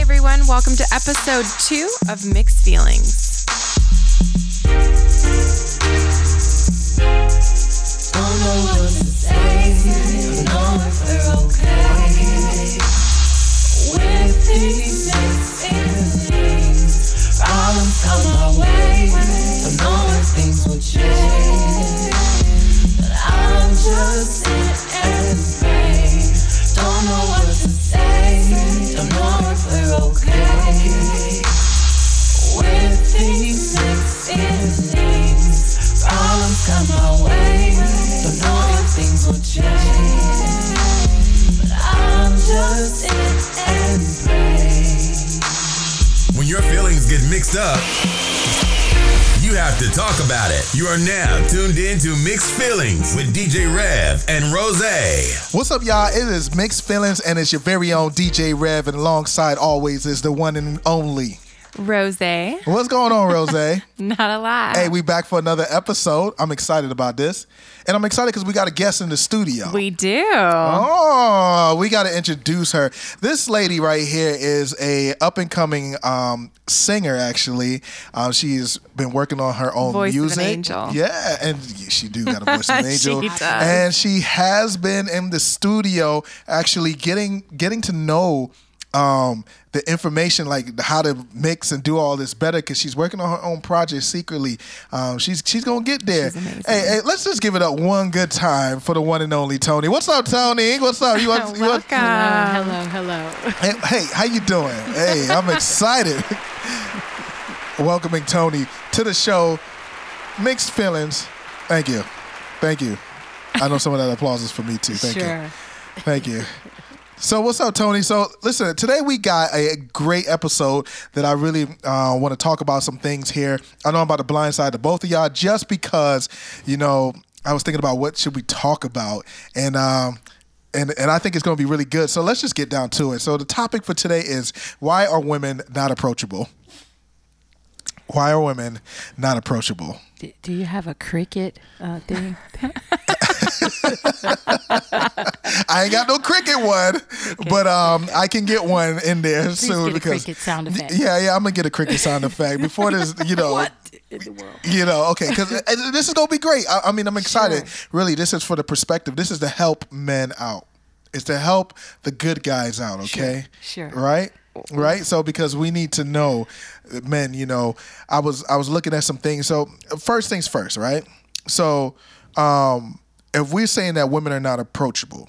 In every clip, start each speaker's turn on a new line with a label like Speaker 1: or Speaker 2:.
Speaker 1: everyone. Welcome to episode two of Mixed Feelings.
Speaker 2: When your feelings get mixed up, you have to talk about it. You are now tuned in to Mixed Feelings with DJ Rev and Rose.
Speaker 3: What's up, y'all? It is Mixed Feelings, and it's your very own DJ Rev, and alongside always is the one and only.
Speaker 1: Rose, not
Speaker 3: What's going on, Rose? hey,
Speaker 1: a lot.
Speaker 3: we back for another episode. I'm excited about this, and I'm excited because we got a guest in the studio.
Speaker 1: we do. Uh-huh.
Speaker 3: Oh, we got to introduce her. This lady right here is a up and coming um, singer. Actually, um, she's been working on her own
Speaker 1: Voice of an
Speaker 3: music.
Speaker 1: angel.
Speaker 3: Yeah, and she do got a voice of an
Speaker 1: She
Speaker 3: angel.
Speaker 1: does.
Speaker 3: And she has been in the studio, actually getting getting to know um the information like how to mix and do all this better because she's working on her own project secretly um she's she's gonna get there
Speaker 1: She's amazing.
Speaker 3: hey hey let's just give it up one good time for the one and only tony what's up tony what's up you want, you want-
Speaker 1: Welcome.
Speaker 4: hello, hello.
Speaker 3: Hey, hey, how you doing? Hey, I'm excited. Welcoming Tony to the show. Mixed feelings. Thank you. Thank you. I know some of that applause is for me too. Thank you.
Speaker 4: sure.
Speaker 3: Thank you. So what's up, Tony? So listen, today we got a great episode that I really uh, want to talk about some things here. I know I'm about to blindside to both of y'all just because you know I was thinking about what should we talk about, and um, and and I think it's going to be really good. So let's just get down to it. So the topic for today is why are women not approachable? Why are women not approachable?
Speaker 4: D- do you have a cricket uh, thing?
Speaker 3: I ain't got no cricket one, but um, I can get one in there soon
Speaker 4: get a
Speaker 3: because
Speaker 4: cricket sound
Speaker 3: Y-
Speaker 4: effect.
Speaker 3: Yeah, yeah, I'm gonna get a cricket sound effect before this. You know,
Speaker 4: in the world?
Speaker 3: you know, okay, because this is gonna be great. I, I mean, I'm excited. Really, this is for the perspective. This is to help men out. It's to help the good guys out. Okay,
Speaker 4: sure.
Speaker 3: right, right. So because we need to know, uh, men. You know, I was I was looking at some things. So first things first, right? So, um, if we're saying that women are not approachable,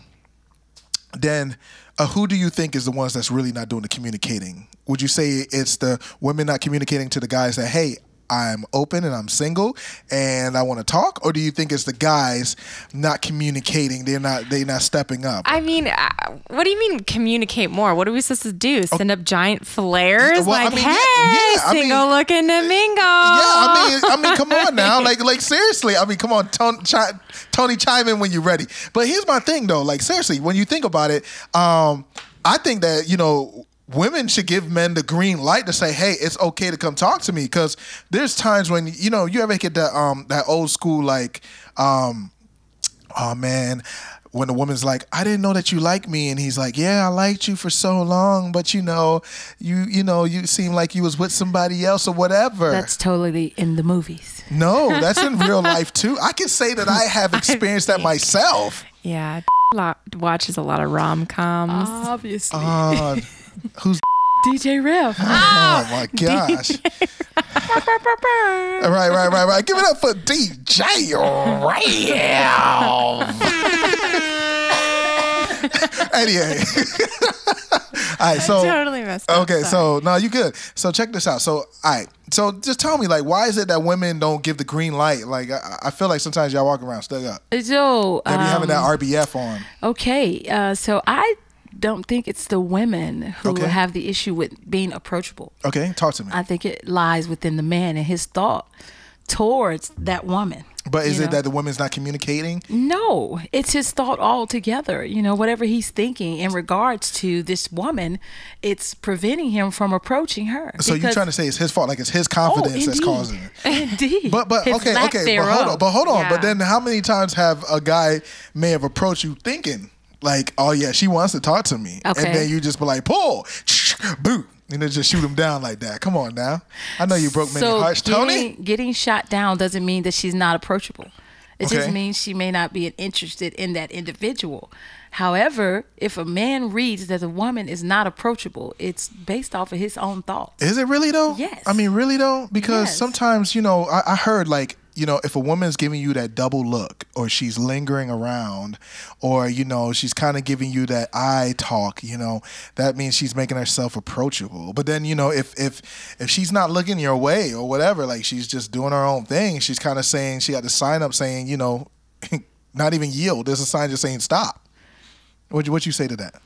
Speaker 3: then uh, who do you think is the ones that's really not doing the communicating? Would you say it's the women not communicating to the guys that hey, I'm open and I'm single and I want to talk, or do you think it's the guys not communicating? They're not they're not stepping up.
Speaker 1: I mean, uh, what do you mean communicate more? What are we supposed to do? Send up giant flares?
Speaker 3: Oh. Well, I
Speaker 1: like,
Speaker 3: mean, yeah,
Speaker 1: hey,
Speaker 3: yeah, I mean- uh,
Speaker 1: single looking to mingle.
Speaker 3: yeah, I mean, I mean, come on now, like, like seriously, I mean, come on, Tony, chi- Tony, chime in when you're ready. But here's my thing, though, like seriously, when you think about it, um, I think that you know, women should give men the green light to say, hey, it's okay to come talk to me, because there's times when you know, you ever get that um that old school like um oh man when the woman's like i didn't know that you like me and he's like yeah i liked you for so long but you know you you know you seem like you was with somebody else or whatever
Speaker 4: That's totally in the movies.
Speaker 3: no that's in real life too i can say that i have experienced that myself
Speaker 1: Yeah, lot, watches a lot of rom coms.
Speaker 4: Obviously.
Speaker 3: uh, who's
Speaker 4: DJ Rev.
Speaker 3: oh my gosh right right right right give it up for dj Rev. anyway all right so
Speaker 1: totally messed up.
Speaker 3: Oh. Okay, so no, you good. So check this out. So all right, so just tell me like, why is it that women don't give the green light? Like, I, I feel like sometimes y'all walk around stuck up.
Speaker 4: So,
Speaker 3: They be having
Speaker 4: um,
Speaker 3: that RBF on.
Speaker 4: okay. Uh, so I don't think it's the women who
Speaker 3: Okay.
Speaker 4: have the issue with being approachable.
Speaker 3: Okay, talk to me.
Speaker 4: I think it lies within the man and his thought towards that woman.
Speaker 3: but is
Speaker 4: you
Speaker 3: it
Speaker 4: know?
Speaker 3: that the woman's not communicating?
Speaker 4: No, it's his thought altogether. You know, whatever he's thinking in regards to this woman, it's preventing him from approaching her.
Speaker 3: So you're
Speaker 4: Because-
Speaker 3: trying to say it's his fault? Like it's his confidence that's
Speaker 4: Oh, indeed.
Speaker 3: causing it?
Speaker 4: Indeed.
Speaker 3: But but
Speaker 4: His
Speaker 3: okay
Speaker 4: lack
Speaker 3: okay but hold on
Speaker 4: thereof.
Speaker 3: but hold on but
Speaker 1: Yeah.
Speaker 3: then how many times have a guy may have approached you thinking like oh yeah she wants to talk to me
Speaker 4: Okay.
Speaker 3: and then you just be like pull boo and then just shoot him down like that. Come on now. I know you broke many
Speaker 4: so
Speaker 3: hearts,
Speaker 4: getting,
Speaker 3: Tony.
Speaker 4: getting shot down doesn't mean that she's not approachable. It just
Speaker 3: Okay.
Speaker 4: means she may not be interested in that individual. However, if a man reads that the woman is not approachable, it's based off of his own thoughts.
Speaker 3: Is it really though?
Speaker 4: Yes.
Speaker 3: I mean, really though, because
Speaker 4: Yes.
Speaker 3: sometimes you know I, I heard like you know if a woman's giving you that double look or she's lingering around or you know she's kind of giving you that eye talk you know that means she's making herself approachable but then you know if if if she's not looking your way or whatever like she's just doing her own thing she's kind of saying she got the sign up saying you know not even yield there's a sign just saying stop what you, what you say to that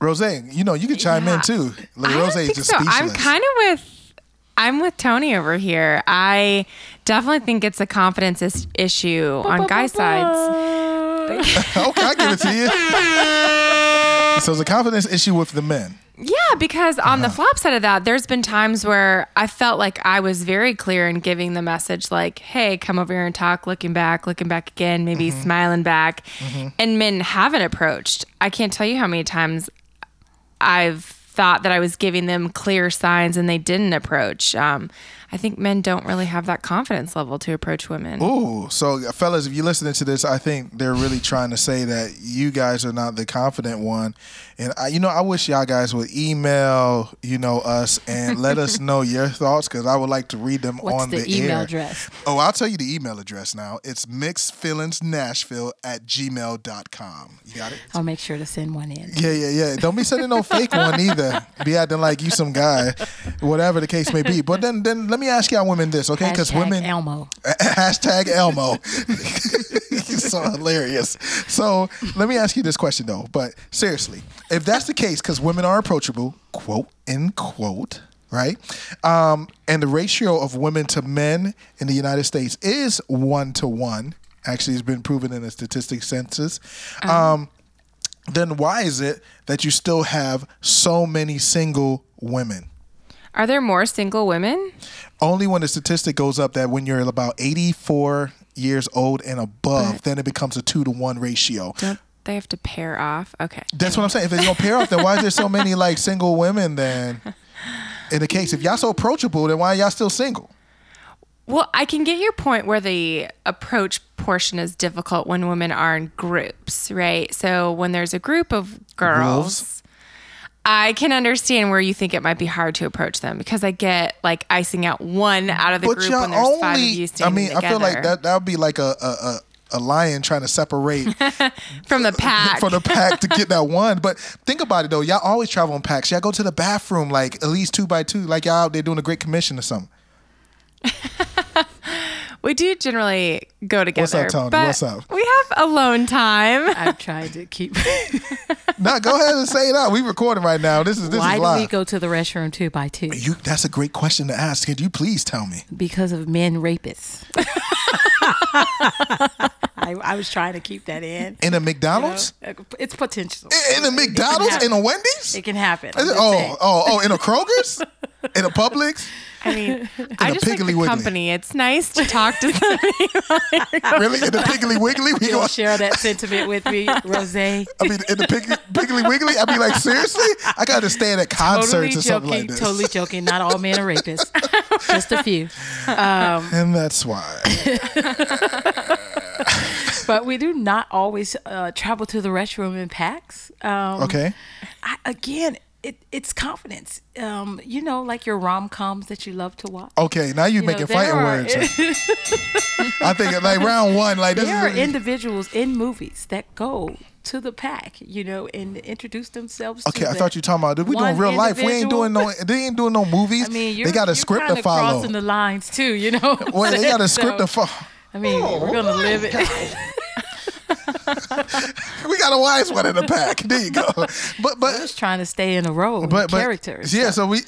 Speaker 3: Rose, you know you can chime
Speaker 1: Yeah.
Speaker 3: in too. Like
Speaker 1: I don't
Speaker 3: Rose is
Speaker 1: think
Speaker 3: just
Speaker 1: so.
Speaker 3: speechless.
Speaker 1: I'm kind of with I'm with Tony over here. I definitely think it's a confidence is- issue on guy sides.
Speaker 3: okay, I give it to you. so it's a confidence issue with the men.
Speaker 1: Yeah, because on the flop side of that, there's been times where I felt like I was very clear in giving the message like, "Hey, come over here and talk." Looking back, looking back again, maybe smiling back, and men haven't approached. I can't tell you how many times I've thought that I was giving them clear signs and they didn't approach. Um, I think men don't really have that confidence level to approach women.
Speaker 3: Ooh, so uh, fellas, if you're listening to this, I think they're really trying to say that you guys are not the confident one. And I, you know, I wish y'all guys would email, you know, us and let us know your thoughts because I would like to read them
Speaker 4: What's
Speaker 3: on the,
Speaker 4: the email
Speaker 3: air.
Speaker 4: address?
Speaker 3: Oh, I'll tell you the email address now. It's mixedfeelingsnashville at gmail.com. You got it?
Speaker 4: I'll make sure to send one in.
Speaker 3: Yeah, yeah, yeah. Don't be sending no fake one either. Be acting like you some guy, whatever the case may be. But then, then let me ask y'all women this, okay? Because
Speaker 4: Hashtag
Speaker 3: women
Speaker 4: Elmo.
Speaker 3: hashtag Elmo. He's so hilarious. So let me ask you this question though. But seriously, if that's the case, because women are approachable, quote in quote, right? Um, and the ratio of women to men in the United States is one to one. Actually, it's been proven in a statistics census. Um, then why is it that you still have so many single women?
Speaker 1: Are there more single women?
Speaker 3: only when the statistic goes up that when you're about 84 years old and above, then it becomes a two to one ratio.
Speaker 1: Don't they have to pair off? Okay.
Speaker 3: That's what I'm saying. If they don't pair off, then why is there so many like single women then? In the case, if y'all so approachable, then why are y'all still single?
Speaker 1: Well, I can get your point where the approach portion is difficult when women are in groups, right? So when there's a group of girls, I can understand where you think it might be hard to approach them because I get like icing out one out of the
Speaker 3: But
Speaker 1: group
Speaker 3: y'all
Speaker 1: when there's
Speaker 3: only.
Speaker 1: five of you
Speaker 3: I
Speaker 1: standing
Speaker 3: mean, I feel like
Speaker 1: together
Speaker 3: that that would be like a. a, a a lion trying to separate
Speaker 1: from the pack.
Speaker 3: for the pack to get that one. But think about it though, y'all always travel in packs. Y'all go to the bathroom like at least two by two, like y'all out there doing a great commission or something.
Speaker 1: we do generally go together.
Speaker 3: Tony?
Speaker 1: but
Speaker 3: What's up?
Speaker 1: We have alone time.
Speaker 4: I've tried to keep.
Speaker 3: No, go ahead and say it out. We recording right now. This is this
Speaker 4: Why
Speaker 3: is
Speaker 4: do
Speaker 3: live.
Speaker 4: we go to the restroom two by two?
Speaker 3: You, that's a great question to ask. Could you please tell me?
Speaker 4: Because of men rapists. I, I was trying to keep that in. Uh,
Speaker 3: In a McDonald's?
Speaker 4: It's potential.
Speaker 3: In a McDonald's? In a Wendy's?
Speaker 4: It can happen. I'm just saying.
Speaker 3: Oh, oh, oh! In a Kroger's? in a Publix?
Speaker 1: I mean, I
Speaker 3: a
Speaker 1: just like the
Speaker 3: Piggly Wiggly.
Speaker 1: company. It's nice to talk to somebody.
Speaker 3: Really? In the Piggly Wiggly? We
Speaker 4: You'll
Speaker 3: gonna-
Speaker 4: share that sentiment with me, Rose.
Speaker 3: I mean, in the Piggy, Piggly Wiggly? I mean, like seriously? I gotta stand at concerts
Speaker 4: Totally
Speaker 3: or something
Speaker 4: joking.
Speaker 3: like this.
Speaker 4: totally joking. Not all men are rapists. Just a few.
Speaker 3: And that's why.
Speaker 4: But we do not always uh, travel to the restroom in packs. Um,
Speaker 3: Okay.
Speaker 4: I, again, it, it's confidence. Um, you know, like your rom coms that you love to watch.
Speaker 3: Okay. Now you're
Speaker 4: You know,
Speaker 3: making
Speaker 4: there
Speaker 3: fighting
Speaker 4: are-
Speaker 3: words. I think like round one. Like this
Speaker 4: There are
Speaker 3: is
Speaker 4: individuals in movies that go to the pack, you know, and introduce themselves.
Speaker 3: Okay,
Speaker 4: to
Speaker 3: I
Speaker 4: the
Speaker 3: thought you were talking about. We doing
Speaker 4: one
Speaker 3: real life. We ain't doing no.
Speaker 4: individual.
Speaker 3: They ain't doing no movies.
Speaker 4: I mean, you're,
Speaker 3: they got a
Speaker 4: you're
Speaker 3: script to
Speaker 4: kinda
Speaker 3: follow.
Speaker 4: Crossing the lines too, you know. what I'm
Speaker 3: Well, they got a
Speaker 4: saying?
Speaker 3: script to
Speaker 4: So,
Speaker 3: follow. Oh
Speaker 4: I mean, we're gonna live it.
Speaker 3: We got a wise one in the pack. There you go. But but
Speaker 4: just trying to stay in a role,
Speaker 3: but,
Speaker 4: but,
Speaker 3: but
Speaker 4: characters.
Speaker 3: Yeah, so we,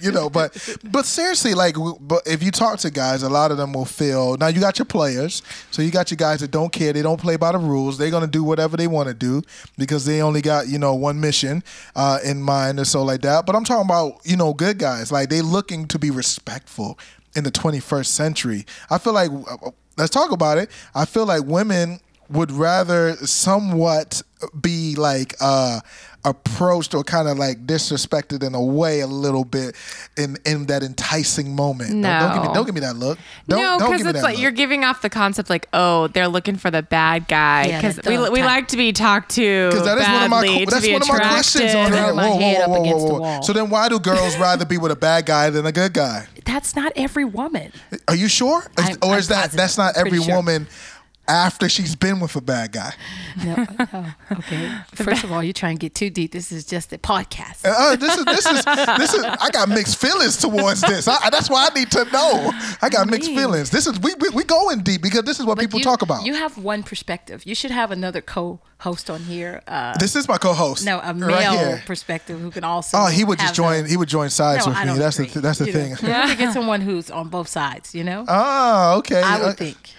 Speaker 3: you know, but but seriously, like, w- but if you talk to guys, a lot of them will feel. Now you got your players, so you got your guys that don't care. They don't play by the rules. They're gonna do whatever they want to do because they only got you know one mission uh, in mind or so like that. But I'm talking about you know good guys, like they looking to be respectful in the 21st century. I feel like let's talk about it. I feel like women would rather somewhat be like uh, approached or kind of like disrespected in a way a little bit in in that enticing moment. Don't- Don't, give me
Speaker 1: No.
Speaker 3: don't give me that look. Don't,
Speaker 1: no,
Speaker 3: don't
Speaker 1: because
Speaker 3: give me
Speaker 1: it's
Speaker 3: that
Speaker 1: like
Speaker 3: look.
Speaker 1: you're giving off the concept like, oh, they're looking for the bad guy.
Speaker 4: Yeah,
Speaker 1: Because
Speaker 4: that
Speaker 1: we,
Speaker 4: thug
Speaker 1: we
Speaker 4: type.
Speaker 1: like to be talked to
Speaker 3: Because that is one of my
Speaker 1: badly, to
Speaker 3: that's
Speaker 1: be
Speaker 3: one of my questions on
Speaker 1: attracted.
Speaker 3: here.
Speaker 4: Throw my
Speaker 3: Whoa,
Speaker 4: head
Speaker 3: whoa,
Speaker 4: up
Speaker 3: whoa, whoa,
Speaker 4: against the
Speaker 3: whoa, whoa.
Speaker 4: wall.
Speaker 3: So then, why do girls rather be with a bad guy than a good guy?
Speaker 4: That's not every woman.
Speaker 3: Are you sure? Is-
Speaker 4: I'm-
Speaker 3: or
Speaker 4: I'm
Speaker 3: is that
Speaker 4: positive.
Speaker 3: that's not
Speaker 4: Pretty
Speaker 3: every
Speaker 4: sure.
Speaker 3: woman after she's been with a bad guy?
Speaker 4: No, no. Okay. First of all, you're trying to get too deep. This is just a podcast.
Speaker 3: Uh, this is this is this is. I got mixed feelings towards this. I, I- that's why I need to know. I got mixed
Speaker 4: Mean.
Speaker 3: feelings. This is we we, we going deep because this is what people
Speaker 4: you,
Speaker 3: talk about.
Speaker 4: You have one perspective. You should have another co-host on here. Uh,
Speaker 3: this is my co-host.
Speaker 4: no, a male
Speaker 3: right here.
Speaker 4: perspective who can also.
Speaker 3: Oh, he would just
Speaker 4: have
Speaker 3: join.
Speaker 4: the-
Speaker 3: He would join sides
Speaker 4: No,
Speaker 3: with
Speaker 4: I
Speaker 3: me.
Speaker 4: don't
Speaker 3: That's the
Speaker 4: agree.
Speaker 3: th- that's the
Speaker 4: You
Speaker 3: thing.
Speaker 4: know, You have to get someone who's on both sides. You know,
Speaker 3: Oh, okay.
Speaker 4: I
Speaker 3: Uh,
Speaker 4: would think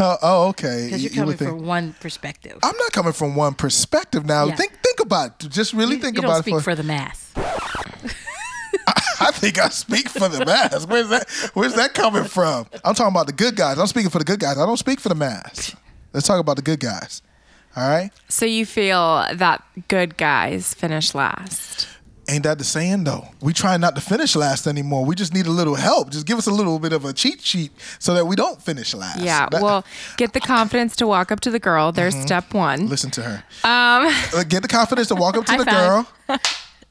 Speaker 3: Oh, oh, okay. You-
Speaker 4: because you're
Speaker 3: you
Speaker 4: coming
Speaker 3: would think.
Speaker 4: from one perspective.
Speaker 3: I'm not coming from one perspective now.
Speaker 4: Yeah.
Speaker 3: Think think about it. just really
Speaker 4: you,
Speaker 3: think
Speaker 4: you
Speaker 3: about
Speaker 4: don't
Speaker 3: it.
Speaker 4: speak
Speaker 3: for-
Speaker 4: for the mass.
Speaker 3: I think I speak for the mass. Where's that where's that coming from? I'm talking about the good guys. I'm speaking for the good guys. I don't speak for the mass. Let's talk about the good guys. All right?
Speaker 1: So you feel that good guys finish last.
Speaker 3: Ain't that the saying though? We try not to finish last anymore. We just need a little help. Just give us a little bit of a cheat sheet so that we don't finish last.
Speaker 1: Yeah.
Speaker 3: That- Mm-hmm.
Speaker 1: well, get the confidence to walk up to the girl. There's step one.
Speaker 3: listen to her. Um, get the confidence to walk up to
Speaker 4: High
Speaker 3: the
Speaker 4: five.
Speaker 3: girl.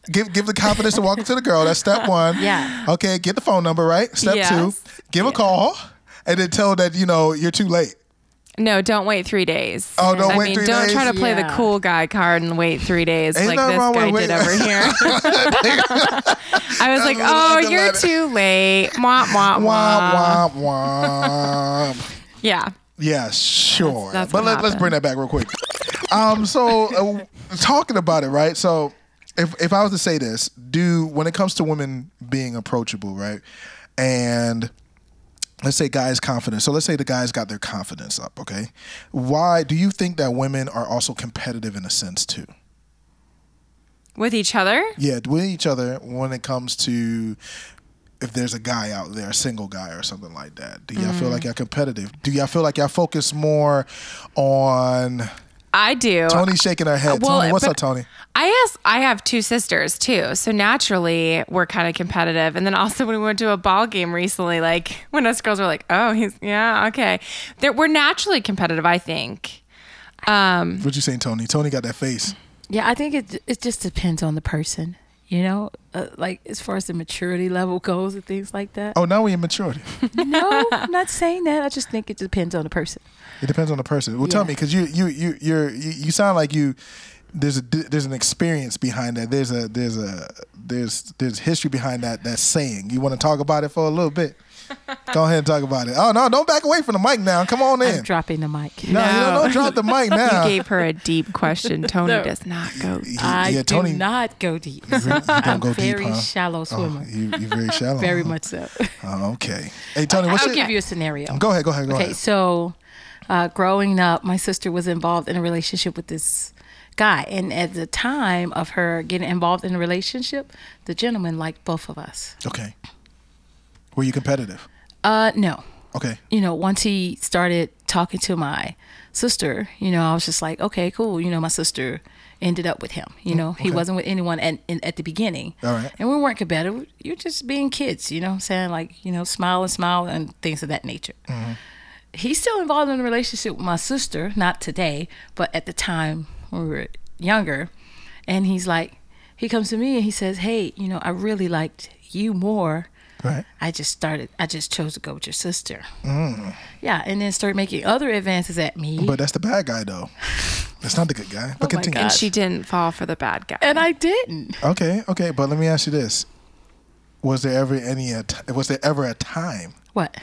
Speaker 3: Give give the confidence to walk up to the girl. That's step one.
Speaker 4: Yeah.
Speaker 3: Okay. Get the phone number right. Step
Speaker 1: Yes.
Speaker 3: two. Give a call and then tell that you know you're too late.
Speaker 1: No, don't wait three days.
Speaker 3: Oh, don't
Speaker 1: I
Speaker 3: wait
Speaker 1: mean,
Speaker 3: three
Speaker 1: don't try
Speaker 3: days?
Speaker 1: to play the
Speaker 4: Yeah.
Speaker 1: cool guy card and wait three days
Speaker 3: Ain't
Speaker 1: like
Speaker 3: nothing
Speaker 1: this
Speaker 3: wrong with
Speaker 1: guy
Speaker 3: wait-
Speaker 1: did over here. I was like,
Speaker 3: That's
Speaker 1: oh,
Speaker 3: like the
Speaker 1: you're
Speaker 3: letter.
Speaker 1: too late. Womp, womp, womp.
Speaker 3: Womp womp womp.
Speaker 1: Yeah.
Speaker 3: Yeah, sure.
Speaker 1: that's
Speaker 3: but
Speaker 1: what
Speaker 3: let, let's bring that back real quick. Um, so uh, talking about it, right? So if if I was to say this, do when it comes to women being approachable, right? And let's say guys confidence. So let's say the guys got their confidence up, okay? Why do you think that women are also competitive in a sense too?
Speaker 1: With each other?
Speaker 3: Yeah, with each other when it comes to if there's a guy out there, a single guy or something like that. Do y'all feel like y'all competitive? Do y'all feel like y'all focus more on
Speaker 1: I do.
Speaker 3: Tony's shaking her head.
Speaker 1: Well,
Speaker 3: Tony, what's
Speaker 1: but-
Speaker 3: up, Tony?
Speaker 1: I asked, I have two sisters too. So naturally, we're kind of competitive. And then also, when we went to a ball game recently, like when us girls were like, oh, he's, yeah, okay. There, we're naturally competitive, I think.
Speaker 3: What you saying, Tony? Tony got that face.
Speaker 4: Yeah, I think it it just depends on the person. You know, uh, like as far as the maturity level goes and things like that.
Speaker 3: Oh, now we in maturity.
Speaker 4: No, I'm not saying that. I just think it depends on the person.
Speaker 3: It depends on the person. Well, tell
Speaker 4: Yeah.
Speaker 3: me, because you you you you're, you you sound like you. There's a there's an experience behind that. There's a there's a there's there's history behind that that saying. You want to talk about it for a little bit? Go ahead and talk about it. Oh no, don't back away from the mic now. Come on in.
Speaker 4: I'm dropping the mic.
Speaker 3: no, you don't,
Speaker 1: No.
Speaker 3: don't drop the mic
Speaker 1: You
Speaker 3: now.
Speaker 1: gave her a deep question. Tony
Speaker 4: No.
Speaker 1: does not go.
Speaker 4: I
Speaker 3: Uh. yeah, Tony,
Speaker 4: do not go deep.
Speaker 3: You don't
Speaker 4: I'm
Speaker 3: go deep,
Speaker 4: very
Speaker 3: huh?
Speaker 4: shallow
Speaker 3: Oh,
Speaker 4: swimmer.
Speaker 3: you you very shallow.
Speaker 4: very
Speaker 3: huh?
Speaker 4: much so.
Speaker 3: Oh, okay. Hey Tony, what's
Speaker 4: I'll
Speaker 3: your, Um,
Speaker 4: give you a scenario.
Speaker 3: Go ahead. Go ahead. Go
Speaker 4: Okay,
Speaker 3: ahead.
Speaker 4: so uh, growing up, my sister was involved in a relationship with this guy, and at the time of her getting involved in a relationship, the gentleman liked both of us.
Speaker 3: Okay. Were you competitive?
Speaker 4: Uh, no,
Speaker 3: Okay.
Speaker 4: you know, once he started talking to my sister, you know, I was just like, okay, cool. You know, my sister ended up with him. You know, he wasn't with anyone at, in, at the beginning.
Speaker 3: Mm, All right.
Speaker 4: And we weren't competitive. You're just being kids, you know what I'm saying? Like, you know, smile and smile and things of that nature.
Speaker 3: Mm-hmm.
Speaker 4: He's still involved in a relationship with my sister, not today, but at the time when we were younger. And he's like, he comes to me and he says, hey, you know, I really liked you more.
Speaker 3: Right.
Speaker 4: I just started. I just chose to go with your sister. Yeah, and then start making other advances at me.
Speaker 3: Mm. But that's the bad guy, though. That's not the good guy. But
Speaker 4: Oh my
Speaker 3: continue.
Speaker 1: And
Speaker 4: gosh.
Speaker 1: she didn't fall for the bad guy.
Speaker 4: and I didn't.
Speaker 3: Okay, okay. But let me ask you this: Was there ever any? A t- was there ever a time?
Speaker 4: What?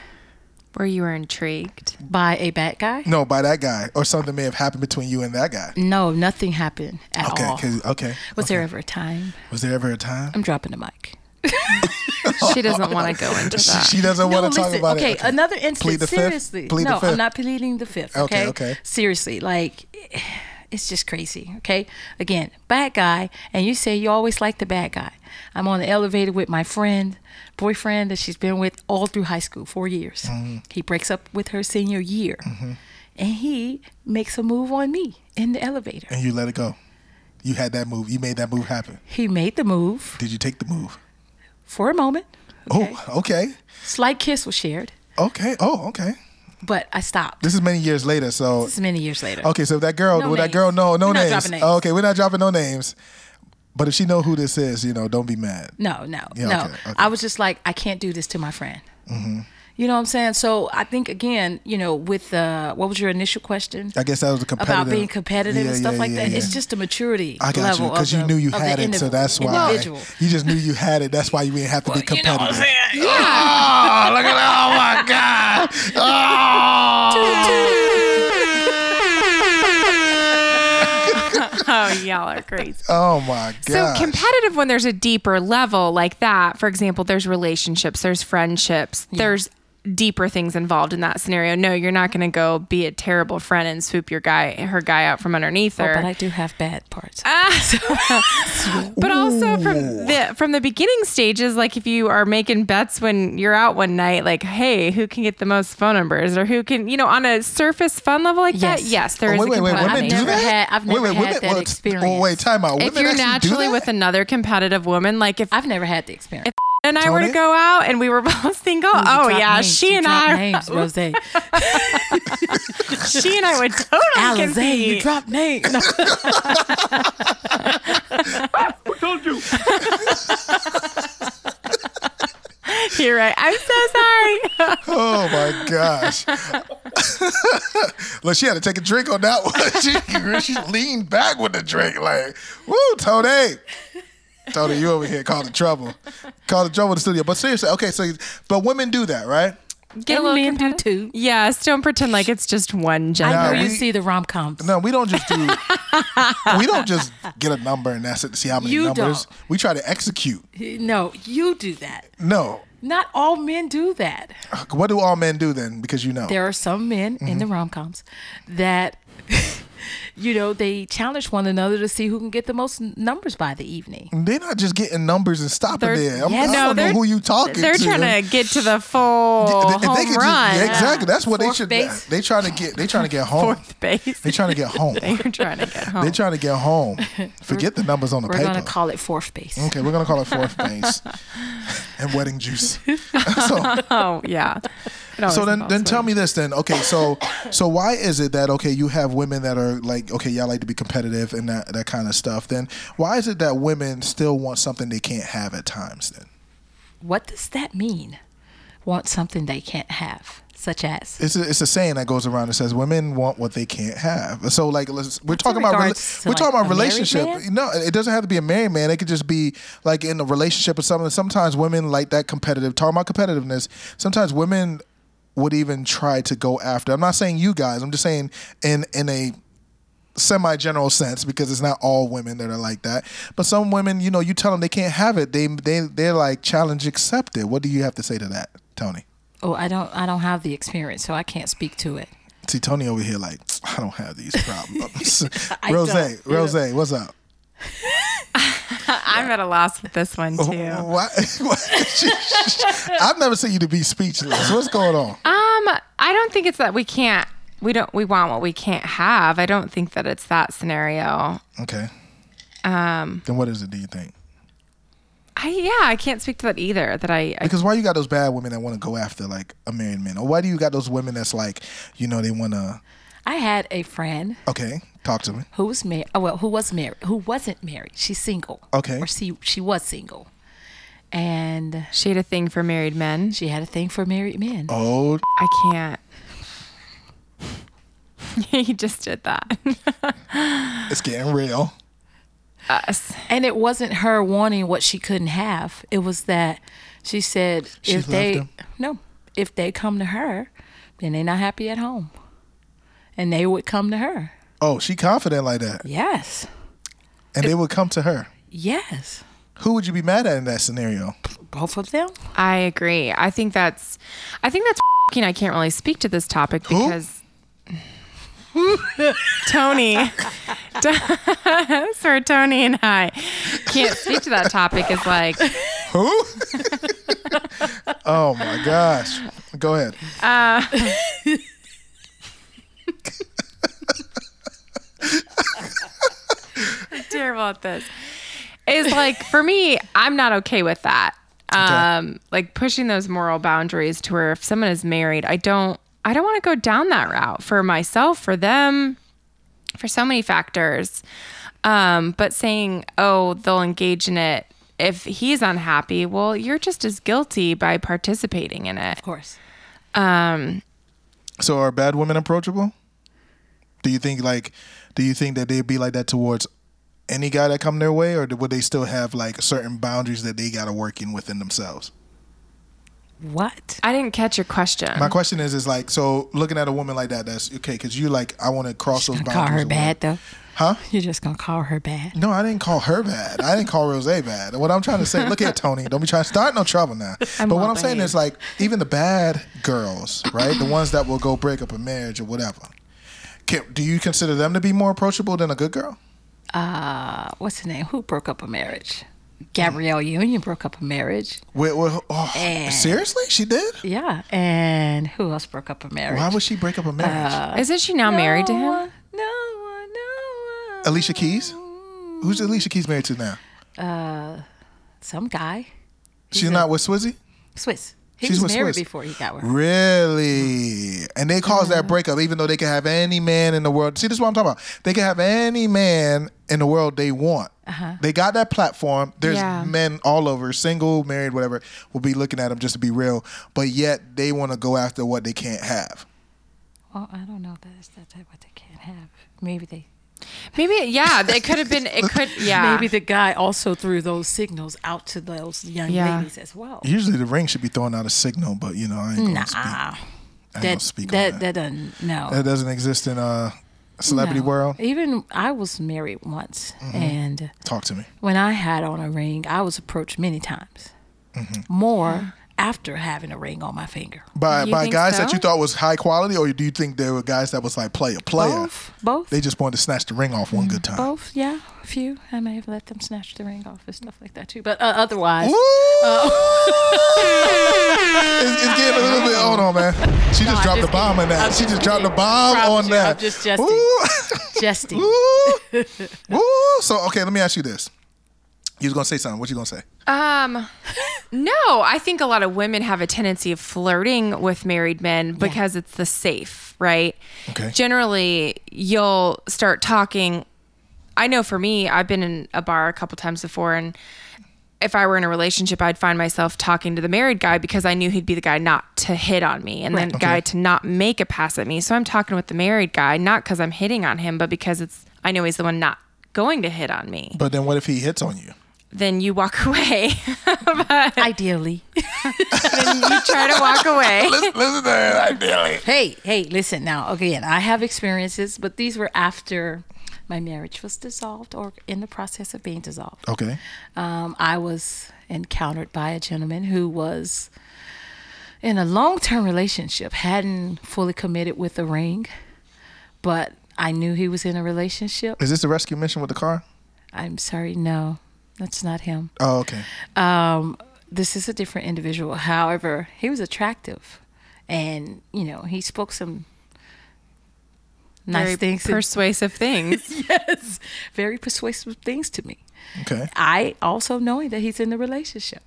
Speaker 1: Where you were intrigued.
Speaker 4: By a bad guy?
Speaker 3: No, by that guy, or something may have happened between you and that guy.
Speaker 4: No, nothing happened at
Speaker 3: Mm. Okay,
Speaker 4: all.
Speaker 3: 'cause- okay.
Speaker 4: Was
Speaker 3: okay.
Speaker 4: there ever a time?
Speaker 3: Was there ever a time?
Speaker 4: I'm dropping the mic.
Speaker 1: She doesn't want to go into
Speaker 3: Oh. She,
Speaker 1: that.
Speaker 3: she doesn't
Speaker 4: No,
Speaker 3: want to talk
Speaker 4: listen,
Speaker 3: about
Speaker 4: okay,
Speaker 3: it. Okay.
Speaker 4: another instance.
Speaker 3: Plead the fifth?
Speaker 4: seriously,
Speaker 3: Plead the
Speaker 4: no,
Speaker 3: fifth.
Speaker 4: I'm not pleading the fifth.
Speaker 3: Okay,
Speaker 4: Okay,
Speaker 3: okay.
Speaker 4: Seriously, like it's just crazy. Okay, again, bad guy, and you say you always like the bad guy. I'm on the elevator with my friend,
Speaker 3: Mm-hmm.
Speaker 4: boyfriend that she's been with all through high school, four years. He breaks up with her senior year. and he makes a move on me in the elevator.
Speaker 3: and you let it go. You had that move. You made that move happen.
Speaker 4: He made the move
Speaker 3: Did you take the move?
Speaker 4: for a moment. Okay.
Speaker 3: Oh, okay,
Speaker 4: Slight kiss was shared,
Speaker 3: okay. Oh, okay.
Speaker 4: but I stopped.
Speaker 3: This is many years later, so
Speaker 4: This is many years later.
Speaker 3: okay. So if that girl,
Speaker 4: No
Speaker 3: would that
Speaker 4: names.
Speaker 3: girl, no, no
Speaker 4: We're not
Speaker 3: names.
Speaker 4: dropping names.
Speaker 3: Okay, we're not dropping no names. But if she know who this is, you know, don't be mad.
Speaker 4: No, no,
Speaker 3: Yeah,
Speaker 4: no.
Speaker 3: okay, Mm-hmm. okay.
Speaker 4: I was just like, I can't do this to my friend. You know what I'm saying? So I think again, you know, with uh, what was your initial question
Speaker 3: I guess that was the competitive
Speaker 4: about being competitive
Speaker 3: Yeah,
Speaker 4: and stuff
Speaker 3: yeah,
Speaker 4: like
Speaker 3: yeah,
Speaker 4: that?
Speaker 3: yeah.
Speaker 4: It's just the maturity
Speaker 3: I got
Speaker 4: level
Speaker 3: you because
Speaker 4: of
Speaker 3: you
Speaker 4: the-
Speaker 3: knew you
Speaker 4: of the
Speaker 3: had it, so
Speaker 4: indiv-
Speaker 3: that's why
Speaker 4: individual.
Speaker 3: you just knew you had it. That's why you didn't have to be
Speaker 4: You know what I'm
Speaker 3: competitive.
Speaker 4: saying?
Speaker 3: Oh, look at oh my god!
Speaker 1: Oh, y'all are crazy.
Speaker 3: Oh, oh my
Speaker 1: So
Speaker 3: god!
Speaker 1: competitive when there's a deeper level like that. For example, there's relationships, there's friendships, there's deeper things involved in that scenario. No, you're not going to go be a terrible friend and swoop your guy, her guy out from underneath
Speaker 3: Oh,
Speaker 1: her.
Speaker 4: Oh,
Speaker 1: Ah,
Speaker 4: But I do have bad parts.
Speaker 1: but also from the from the beginning stages like if you are making bets when you're out one night like hey who can get the most phone numbers or who can you know on a surface fun level like that
Speaker 4: Yes.
Speaker 1: yes there is
Speaker 3: Oh, wait, wait,
Speaker 1: a
Speaker 3: wait!
Speaker 1: competitive
Speaker 3: Women do
Speaker 4: never
Speaker 3: that?
Speaker 4: had- I've
Speaker 3: wait,
Speaker 4: never
Speaker 3: wait,
Speaker 4: had
Speaker 3: women,
Speaker 4: that
Speaker 3: well, it's- Oh, wait,
Speaker 4: experience.
Speaker 3: time out.
Speaker 1: if
Speaker 3: women
Speaker 1: you're
Speaker 3: actually do
Speaker 1: naturally
Speaker 3: that?
Speaker 1: with another competitive woman like if
Speaker 4: I've never had the experience.
Speaker 1: and I were to
Speaker 3: Tony?
Speaker 1: go out and we were both single,
Speaker 4: You
Speaker 1: oh
Speaker 4: drop
Speaker 1: yeah,
Speaker 4: names,
Speaker 1: she
Speaker 4: you
Speaker 1: and
Speaker 4: drop
Speaker 1: I,
Speaker 4: names, Rose.
Speaker 1: she and I would totally
Speaker 4: Alizé,
Speaker 1: compete.
Speaker 4: you drop names. No.
Speaker 1: You're right. I'm so sorry.
Speaker 3: Oh my gosh. Look, she had to take a drink on that one. She, she leaned back with the drink, like, woo, Tony. Tony, you over here causing trouble. Causing trouble in the studio. But seriously, okay, so, but women do that, right?
Speaker 1: Get
Speaker 4: And men do too.
Speaker 1: Yes, don't pretend like it's just one gender.
Speaker 4: I know
Speaker 3: we-
Speaker 4: you see the rom coms.
Speaker 3: No, we don't just do, we don't just get a number and that's it, see how many
Speaker 4: You
Speaker 3: numbers.
Speaker 4: don't.
Speaker 3: We try to execute.
Speaker 4: No, you do that.
Speaker 3: No.
Speaker 4: Not all men do that.
Speaker 3: What do all men do then? Because you know.
Speaker 4: there are some men in the rom coms that you know they challenge one another to see who can get the most n- numbers by the evening.
Speaker 3: They're not just getting numbers and stopping
Speaker 1: They're-
Speaker 3: there. I'm,
Speaker 1: yeah,
Speaker 3: I
Speaker 1: no,
Speaker 3: don't know
Speaker 1: they're-
Speaker 3: who you talking
Speaker 1: They're
Speaker 3: to.
Speaker 1: trying to get to the full
Speaker 3: If they
Speaker 1: home
Speaker 3: could just-
Speaker 1: run.
Speaker 3: yeah, exactly. That's what
Speaker 4: Oh, Fourth
Speaker 3: they should.
Speaker 4: base.
Speaker 3: They trying to get. They trying to get home.
Speaker 1: Fourth base.
Speaker 3: They trying to get home.
Speaker 1: They're trying to get home.
Speaker 3: They trying to get home. Forget the numbers on the
Speaker 4: We're
Speaker 3: paper.
Speaker 4: gonna call it fourth base.
Speaker 3: okay, we're gonna call it fourth base and wedding juice. so,
Speaker 1: oh yeah. It
Speaker 3: so
Speaker 1: always
Speaker 3: then, then
Speaker 1: involves
Speaker 3: tell
Speaker 1: women.
Speaker 3: me this. Then, okay, so so why is it that okay you have women that are like okay y'all like to be competitive and that that kind of stuff? Then why is it that women still want something they can't have at times? Then
Speaker 4: What does that mean? Want something they can't have, such as
Speaker 3: it's a, it's a saying that goes around that says women want what they can't have. So like let's, we're talking
Speaker 4: in
Speaker 3: about rela-
Speaker 4: regards to,
Speaker 3: we're
Speaker 4: like,
Speaker 3: talking about
Speaker 4: a married
Speaker 3: relationship.
Speaker 4: man?
Speaker 3: No, it doesn't have to be a married man. It could just be like in a relationship or something. Sometimes women like that competitive. Talking about competitiveness. Sometimes women would even try to go after. I'm not saying you guys. I'm just saying in in a semi general sense because it's not all women that are like that. But some women, you know, you tell them they can't have it. They they they're like challenge accepted. What do you have to say to that, Tony?
Speaker 4: oh I don't I don't have the experience, so I can't speak to it.
Speaker 3: See Tony over here, like I don't have these problems.
Speaker 4: I
Speaker 3: Rose,
Speaker 4: don't, you
Speaker 3: Rose, what's up?
Speaker 1: I'm at a loss with this one
Speaker 3: Oh.
Speaker 1: too.
Speaker 3: Why? why- she- she- I've never seen you to be speechless. What's going on?
Speaker 1: Um, I don't think it's that we can't. We don't. We want what we can't have. I don't think that it's that scenario.
Speaker 3: Okay. Um. Then what is it? Do you think?
Speaker 1: I yeah. I can't speak to that either. That I. I
Speaker 3: Because why you got those bad women that want to go after like a married man, or why do you got those women that's like, you know, they want to?
Speaker 4: I had a friend
Speaker 3: Okay, talk to me.
Speaker 4: who was married. well, who was married? Who wasn't married? She's single.
Speaker 3: Okay.
Speaker 4: Or she she was single, and
Speaker 1: she had a thing for married men.
Speaker 4: she had a thing for married men.
Speaker 3: Oh,
Speaker 1: I can't. he just did that.
Speaker 3: it's getting real.
Speaker 1: Us.
Speaker 4: And it wasn't her wanting what she couldn't have. It was that she said
Speaker 3: She
Speaker 4: if
Speaker 3: loved
Speaker 4: they
Speaker 3: him.
Speaker 4: no, if they come to her, then they're not happy at home. And they would come to her.
Speaker 3: Oh, she confident like that,
Speaker 4: Yes.
Speaker 3: and they would come to her.
Speaker 4: Yes.
Speaker 3: Who would you be mad at in that scenario?
Speaker 4: Both of them?
Speaker 1: I agree. I think that's. I think that's. f***ing- I can't really speak to this topic
Speaker 3: Who?
Speaker 1: because. Tony, Sir Tony and I can't speak to that topic. Is like
Speaker 3: Who? oh my gosh. Go ahead.
Speaker 1: terrible at this. Is like for me, I'm not okay with that. Um, like pushing those moral boundaries to where if someone is married, I don't, I don't want to go down that route for myself, for them, for so many factors. Um, but saying, oh, they'll engage in it if he's unhappy, well, you're just as guilty by participating in it.
Speaker 4: Of course.
Speaker 3: So are bad women approachable? Do you think like do you think that they'd be like that towards any guy that come their way or would they still have like certain boundaries that they got to work in within themselves?
Speaker 4: What?
Speaker 1: I didn't catch your question.
Speaker 4: Mm-hmm.
Speaker 3: My question is is like so looking at a woman like that that's okay cuz you like I want to cross those boundaries.
Speaker 4: Call her
Speaker 3: with-
Speaker 4: bad though.
Speaker 3: Huh?
Speaker 4: You're just gonna call her bad.
Speaker 3: No, I didn't call her bad. I didn't call Rose bad. What I'm trying to say, look at Tony. Don't be trying to start no trouble now.
Speaker 1: I'm
Speaker 3: but what
Speaker 1: well
Speaker 3: I'm saying is like even the bad girls, right? the ones that will go break up a marriage or whatever. Can, do you consider them to be more approachable than a good girl?
Speaker 4: Uh, what's her name? Who broke up a marriage? Gabrielle Union broke up a marriage.
Speaker 3: Wait, wait, oh,
Speaker 4: Eh.
Speaker 3: seriously? She did?
Speaker 4: Yeah. And who else broke up a marriage?
Speaker 3: Why would she break up a marriage?
Speaker 1: Isn't she now married to
Speaker 4: No
Speaker 1: him?
Speaker 4: one, No one, no one.
Speaker 3: Alicia Keys? Who's Alicia Keys married to now?
Speaker 4: Some guy.
Speaker 3: She's not with Swizzy?
Speaker 4: Swiss. He
Speaker 3: She's
Speaker 4: was
Speaker 3: with
Speaker 4: married
Speaker 3: Swiss.
Speaker 4: before he got with her.
Speaker 3: Really? And they caused that breakup, even though they could have any man in the world. See, this is what I'm talking about. They could have any man in the world they want.
Speaker 4: Uh-huh.
Speaker 3: They got that platform. There's
Speaker 1: Yeah.
Speaker 3: men all over, single, married, whatever, will be looking at them just to be real. But yet they want to go after what they can't have.
Speaker 4: Well, I don't know if that's that's what they can't have. Maybe they.
Speaker 1: Maybe, yeah. It could have been. It could, yeah.
Speaker 4: Maybe the guy also threw those signals out to those young
Speaker 1: Yeah.
Speaker 4: ladies as well.
Speaker 3: Usually the ring should be throwing out a signal, but you know, I ain't going to
Speaker 4: Nah,
Speaker 3: speak. I
Speaker 4: that
Speaker 3: ain't gonna
Speaker 4: that,
Speaker 3: speak
Speaker 4: that
Speaker 3: on that.
Speaker 4: doesn't no.
Speaker 3: That doesn't exist in uh, celebrity
Speaker 4: No.
Speaker 3: world. Mm-hmm.
Speaker 4: Even I was married once, and
Speaker 3: Talk to me.
Speaker 4: when I had on a ring, I was approached many times,
Speaker 3: Mm-hmm.
Speaker 4: more after having a ring on my finger.
Speaker 3: By
Speaker 1: You
Speaker 3: by
Speaker 1: think
Speaker 3: guys that
Speaker 1: so?
Speaker 3: you thought was high quality, or do you think there were guys that was like player, player?
Speaker 4: Both, both,
Speaker 3: They just wanted to snatch the ring off one good time.
Speaker 4: both. Yeah, a few. I may have let them snatch the ring off and stuff like that too. But uh, otherwise,
Speaker 3: it's, it's getting a little bit. Hold on, man. She just
Speaker 4: I'm
Speaker 3: dropped
Speaker 4: just
Speaker 3: the bomb on
Speaker 4: kidding.
Speaker 3: that.
Speaker 4: I'm
Speaker 3: she
Speaker 4: just
Speaker 3: just dropped the
Speaker 4: kidding.
Speaker 3: bomb
Speaker 4: Promise
Speaker 3: on
Speaker 4: you,
Speaker 3: that.
Speaker 4: I'm just
Speaker 3: Ooh.
Speaker 4: jesting. jesting.
Speaker 3: Ooh. Ooh. So okay, let me ask you this. You was gonna say something. What you gonna say?
Speaker 1: Um, no, I think a lot of women have a tendency of flirting with married men because it's the safe, right?
Speaker 3: Okay.
Speaker 1: Generally, you'll start talking. I know for me, I've been in a bar a couple times before, and if I were in a relationship, I'd find myself talking to the married guy because I knew he'd be the guy not to hit on me and then guy to not make a pass at me. So I'm talking with the married guy, not because I'm hitting on him, but because it's I know he's the one not going to hit on me.
Speaker 3: But then what if he hits on you?
Speaker 1: Then you walk away.
Speaker 4: Ideally,
Speaker 1: then you try to walk away.
Speaker 3: Listen to that, ideally.
Speaker 4: hey, hey, listen now. Again, I have experiences, but these were after my marriage was dissolved or in the process of being dissolved.
Speaker 3: Okay.
Speaker 4: um, I was encountered by a gentleman who was in a long term relationship, hadn't fully committed with the ring, but I knew he was in a relationship.
Speaker 3: Is this the rescue mission with the car?
Speaker 4: I'm sorry, no, that's not him.
Speaker 3: Oh, okay.
Speaker 4: Um, this is a different individual. However, he was attractive and, you know, he spoke some nice
Speaker 1: Very
Speaker 4: things, and-
Speaker 1: persuasive things.
Speaker 4: yes, very persuasive things to me.
Speaker 3: Okay.
Speaker 4: I also knowing that he's in the relationship.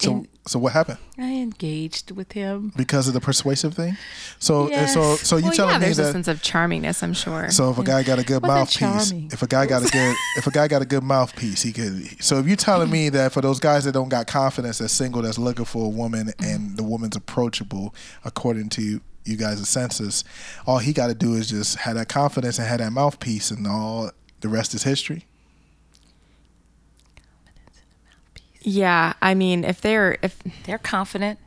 Speaker 3: So
Speaker 4: And-
Speaker 3: so what happened?
Speaker 4: I engaged with him.
Speaker 3: because of the persuasive thing. So and so
Speaker 4: Yes.
Speaker 3: so you
Speaker 1: well, yeah,
Speaker 3: telling me
Speaker 1: there's a
Speaker 3: that
Speaker 1: sense of charmingness, I'm sure.
Speaker 3: so if a guy got a good
Speaker 4: Wasn't
Speaker 3: mouthpiece,
Speaker 4: charming.
Speaker 3: if a guy got a good if a guy got a good mouthpiece, he could. So if you telling me that for those guys that don't got confidence, that's single, that's looking for a woman, and the woman's approachable, according to you guys' census, all he got to do is just have that confidence and have that mouthpiece, and all the rest is history.
Speaker 1: yeah, I mean, if they're if
Speaker 4: They're confident.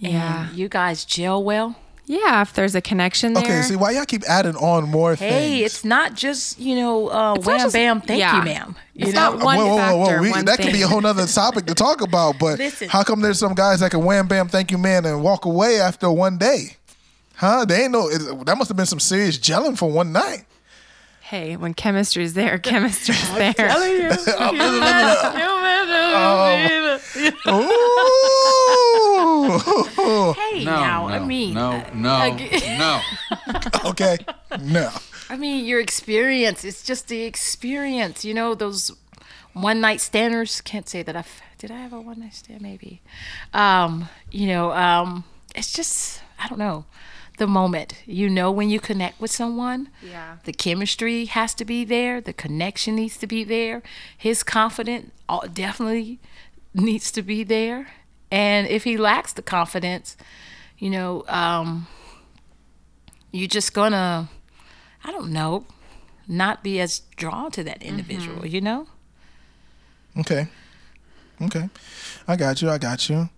Speaker 1: Yeah.
Speaker 4: And you guys gel well.
Speaker 1: yeah, if there's a connection there.
Speaker 3: Okay, see why y'all keep adding on more
Speaker 4: Hey,
Speaker 3: things.
Speaker 4: it's not just, you know, uh,
Speaker 1: not
Speaker 4: wham
Speaker 1: just-
Speaker 4: bam, thank
Speaker 1: yeah.
Speaker 4: you, ma'am. You
Speaker 1: It's
Speaker 4: know?
Speaker 3: Uh,
Speaker 1: not one factor, one
Speaker 3: that could be
Speaker 1: thing.
Speaker 3: a whole nother topic to talk about. But
Speaker 4: Listen.
Speaker 3: how come there's some guys that can wham bam thank you man and walk away after one day? Huh? They ain't no. It, that must have been some serious gelling for one night.
Speaker 1: hey, when chemistry's there, chemistry's there.
Speaker 3: Ooh.
Speaker 4: hey,
Speaker 1: Oh.
Speaker 5: No,
Speaker 4: now,
Speaker 5: no,
Speaker 4: I mean,
Speaker 5: no, no, no.
Speaker 3: okay. No.
Speaker 4: I mean, your experience. It's just the experience. You know, those one night standers. Can't say that I did. I have a one night stand, maybe. Um, you know, um, it's just I don't know. The moment you know when you connect with someone,
Speaker 1: Yeah.
Speaker 4: the chemistry has to be there. The connection needs to be there. His confidence all- definitely needs to be there. And if he lacks the confidence, you know, um, you're just gonna I don't know, not be as drawn to that individual, you know?
Speaker 3: Okay. Okay. I got you. I got you. All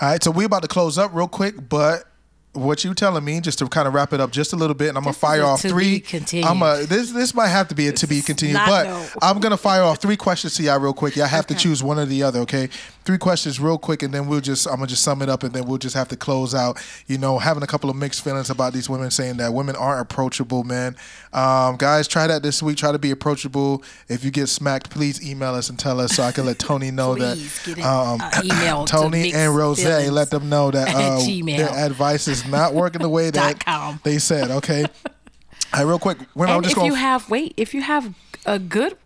Speaker 3: right. So we're about to close up real quick, but what you telling me, just to kind of wrap it up just a little bit, and I'm gonna
Speaker 4: This is a
Speaker 3: fire off
Speaker 4: to
Speaker 3: three.
Speaker 4: be continued.
Speaker 3: I'm a this this might have to be a to be
Speaker 4: is
Speaker 3: continued,
Speaker 4: not
Speaker 3: but
Speaker 4: no.
Speaker 3: I'm gonna fire off three questions to y'all real quick. Y'all have to choose one or the other, okay? Three questions real quick, and then we'll just I'm gonna just sum it up, and then we'll just have to close out. You know, having a couple of mixed feelings about these women saying that women aren't approachable, man. Um, guys, try that this week. Try to be approachable. If you get smacked, please email us and tell us so I can let Tony know
Speaker 4: Please
Speaker 3: that
Speaker 4: get an uh, email
Speaker 3: um, Tony
Speaker 4: to
Speaker 3: and Rose let them know that
Speaker 4: at
Speaker 3: uh,
Speaker 4: Gmail.
Speaker 3: their advice is not working the way that
Speaker 4: Dot com.
Speaker 3: they said. Okay. All right, real quick. Women, I'm
Speaker 4: And
Speaker 3: just
Speaker 4: if
Speaker 3: going.
Speaker 4: you have wait, if you have a good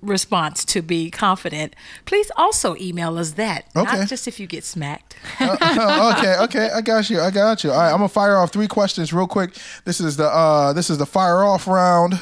Speaker 4: response to be confident, please also email us that.
Speaker 3: Okay.
Speaker 4: Not just if you get smacked.
Speaker 3: okay, okay, I got you. I got you. All right, I'm gonna fire off three questions real quick. This is the uh, this is the fire off round.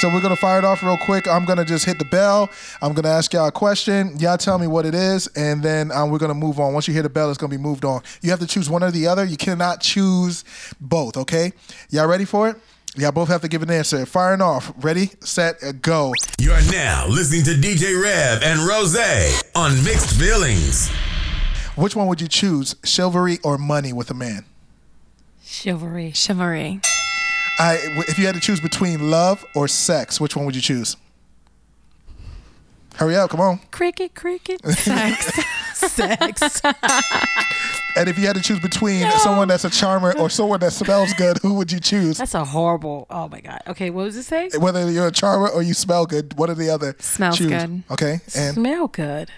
Speaker 3: So we're gonna fire it off real quick. I'm gonna just hit the bell. I'm gonna ask y'all a question. Y'all tell me what it is, and then um, we're gonna move on. Once you hear the bell, it's gonna be moved on. You have to choose one or the other. You cannot choose both. Okay, y'all ready for it? Y'all both have to give an answer. Firing off. Ready, set, uh, go.
Speaker 2: You are now listening to DJ Rev and Rose on Mixed Feelings.
Speaker 3: Which one would you choose, chivalry or money with a man?
Speaker 4: Chivalry.
Speaker 1: Chivalry.
Speaker 3: I, if you had to choose between love or sex, which one would you choose? Hurry up, come on.
Speaker 4: Cricket, cricket,
Speaker 1: Sex.
Speaker 4: sex.
Speaker 3: And if you had to choose between someone that's a charmer or someone that smells good, who would you choose?
Speaker 4: That's a horrible. Oh my god. Okay, what was it say?
Speaker 3: Whether you're a charmer or you smell good, one or the other.
Speaker 1: Smells
Speaker 3: choose.
Speaker 1: good.
Speaker 3: Okay. And
Speaker 4: Smell good.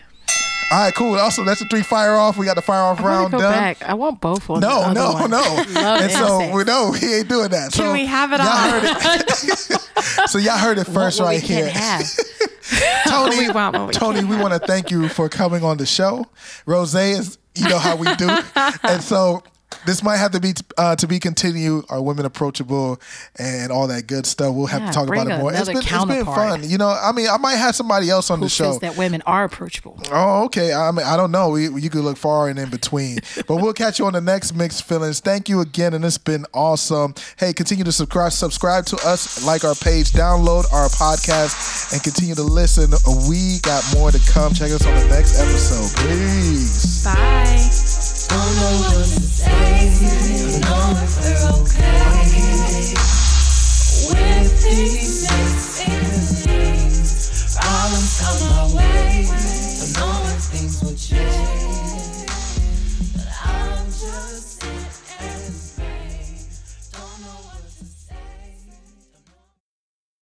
Speaker 3: all right, cool. Also, that's a three fire off. We got the fire off
Speaker 4: I want
Speaker 3: round
Speaker 4: to go
Speaker 3: done.
Speaker 4: back. I want both of
Speaker 3: No,
Speaker 4: them.
Speaker 3: no, no.
Speaker 4: Love
Speaker 3: And
Speaker 4: and
Speaker 3: so
Speaker 4: sex.
Speaker 3: we know he ain't doing that. so
Speaker 1: Can we have it
Speaker 3: y'all
Speaker 1: all?
Speaker 3: Heard it. so y'all heard it first
Speaker 4: what we
Speaker 3: right here.
Speaker 4: can't have.
Speaker 3: Tony,
Speaker 1: we want, what we
Speaker 3: Tony, we want to thank you for coming on the show. Rose is, you know how we do, and so this might have to be uh, to be continued. Are women approachable and all that good stuff? We'll have
Speaker 4: Yeah,
Speaker 3: to talk about
Speaker 4: bring
Speaker 3: it more. It's
Speaker 4: another
Speaker 3: been, it's been
Speaker 4: counterpart.
Speaker 3: fun. You know, I mean, I might have somebody else on
Speaker 4: Who
Speaker 3: the show.
Speaker 4: says that women are approachable?
Speaker 3: Oh, okay. I mean, I don't know. We, you could look far and in between, but we'll catch you on the next mixed feelings. Thank you again, and it's been awesome. Hey, continue to subscribe, subscribe to us, like our page, download our podcast, and continue to listen. We got more to come. Check us on the next episode. Peace.
Speaker 1: Bye.
Speaker 5: don't know what to say.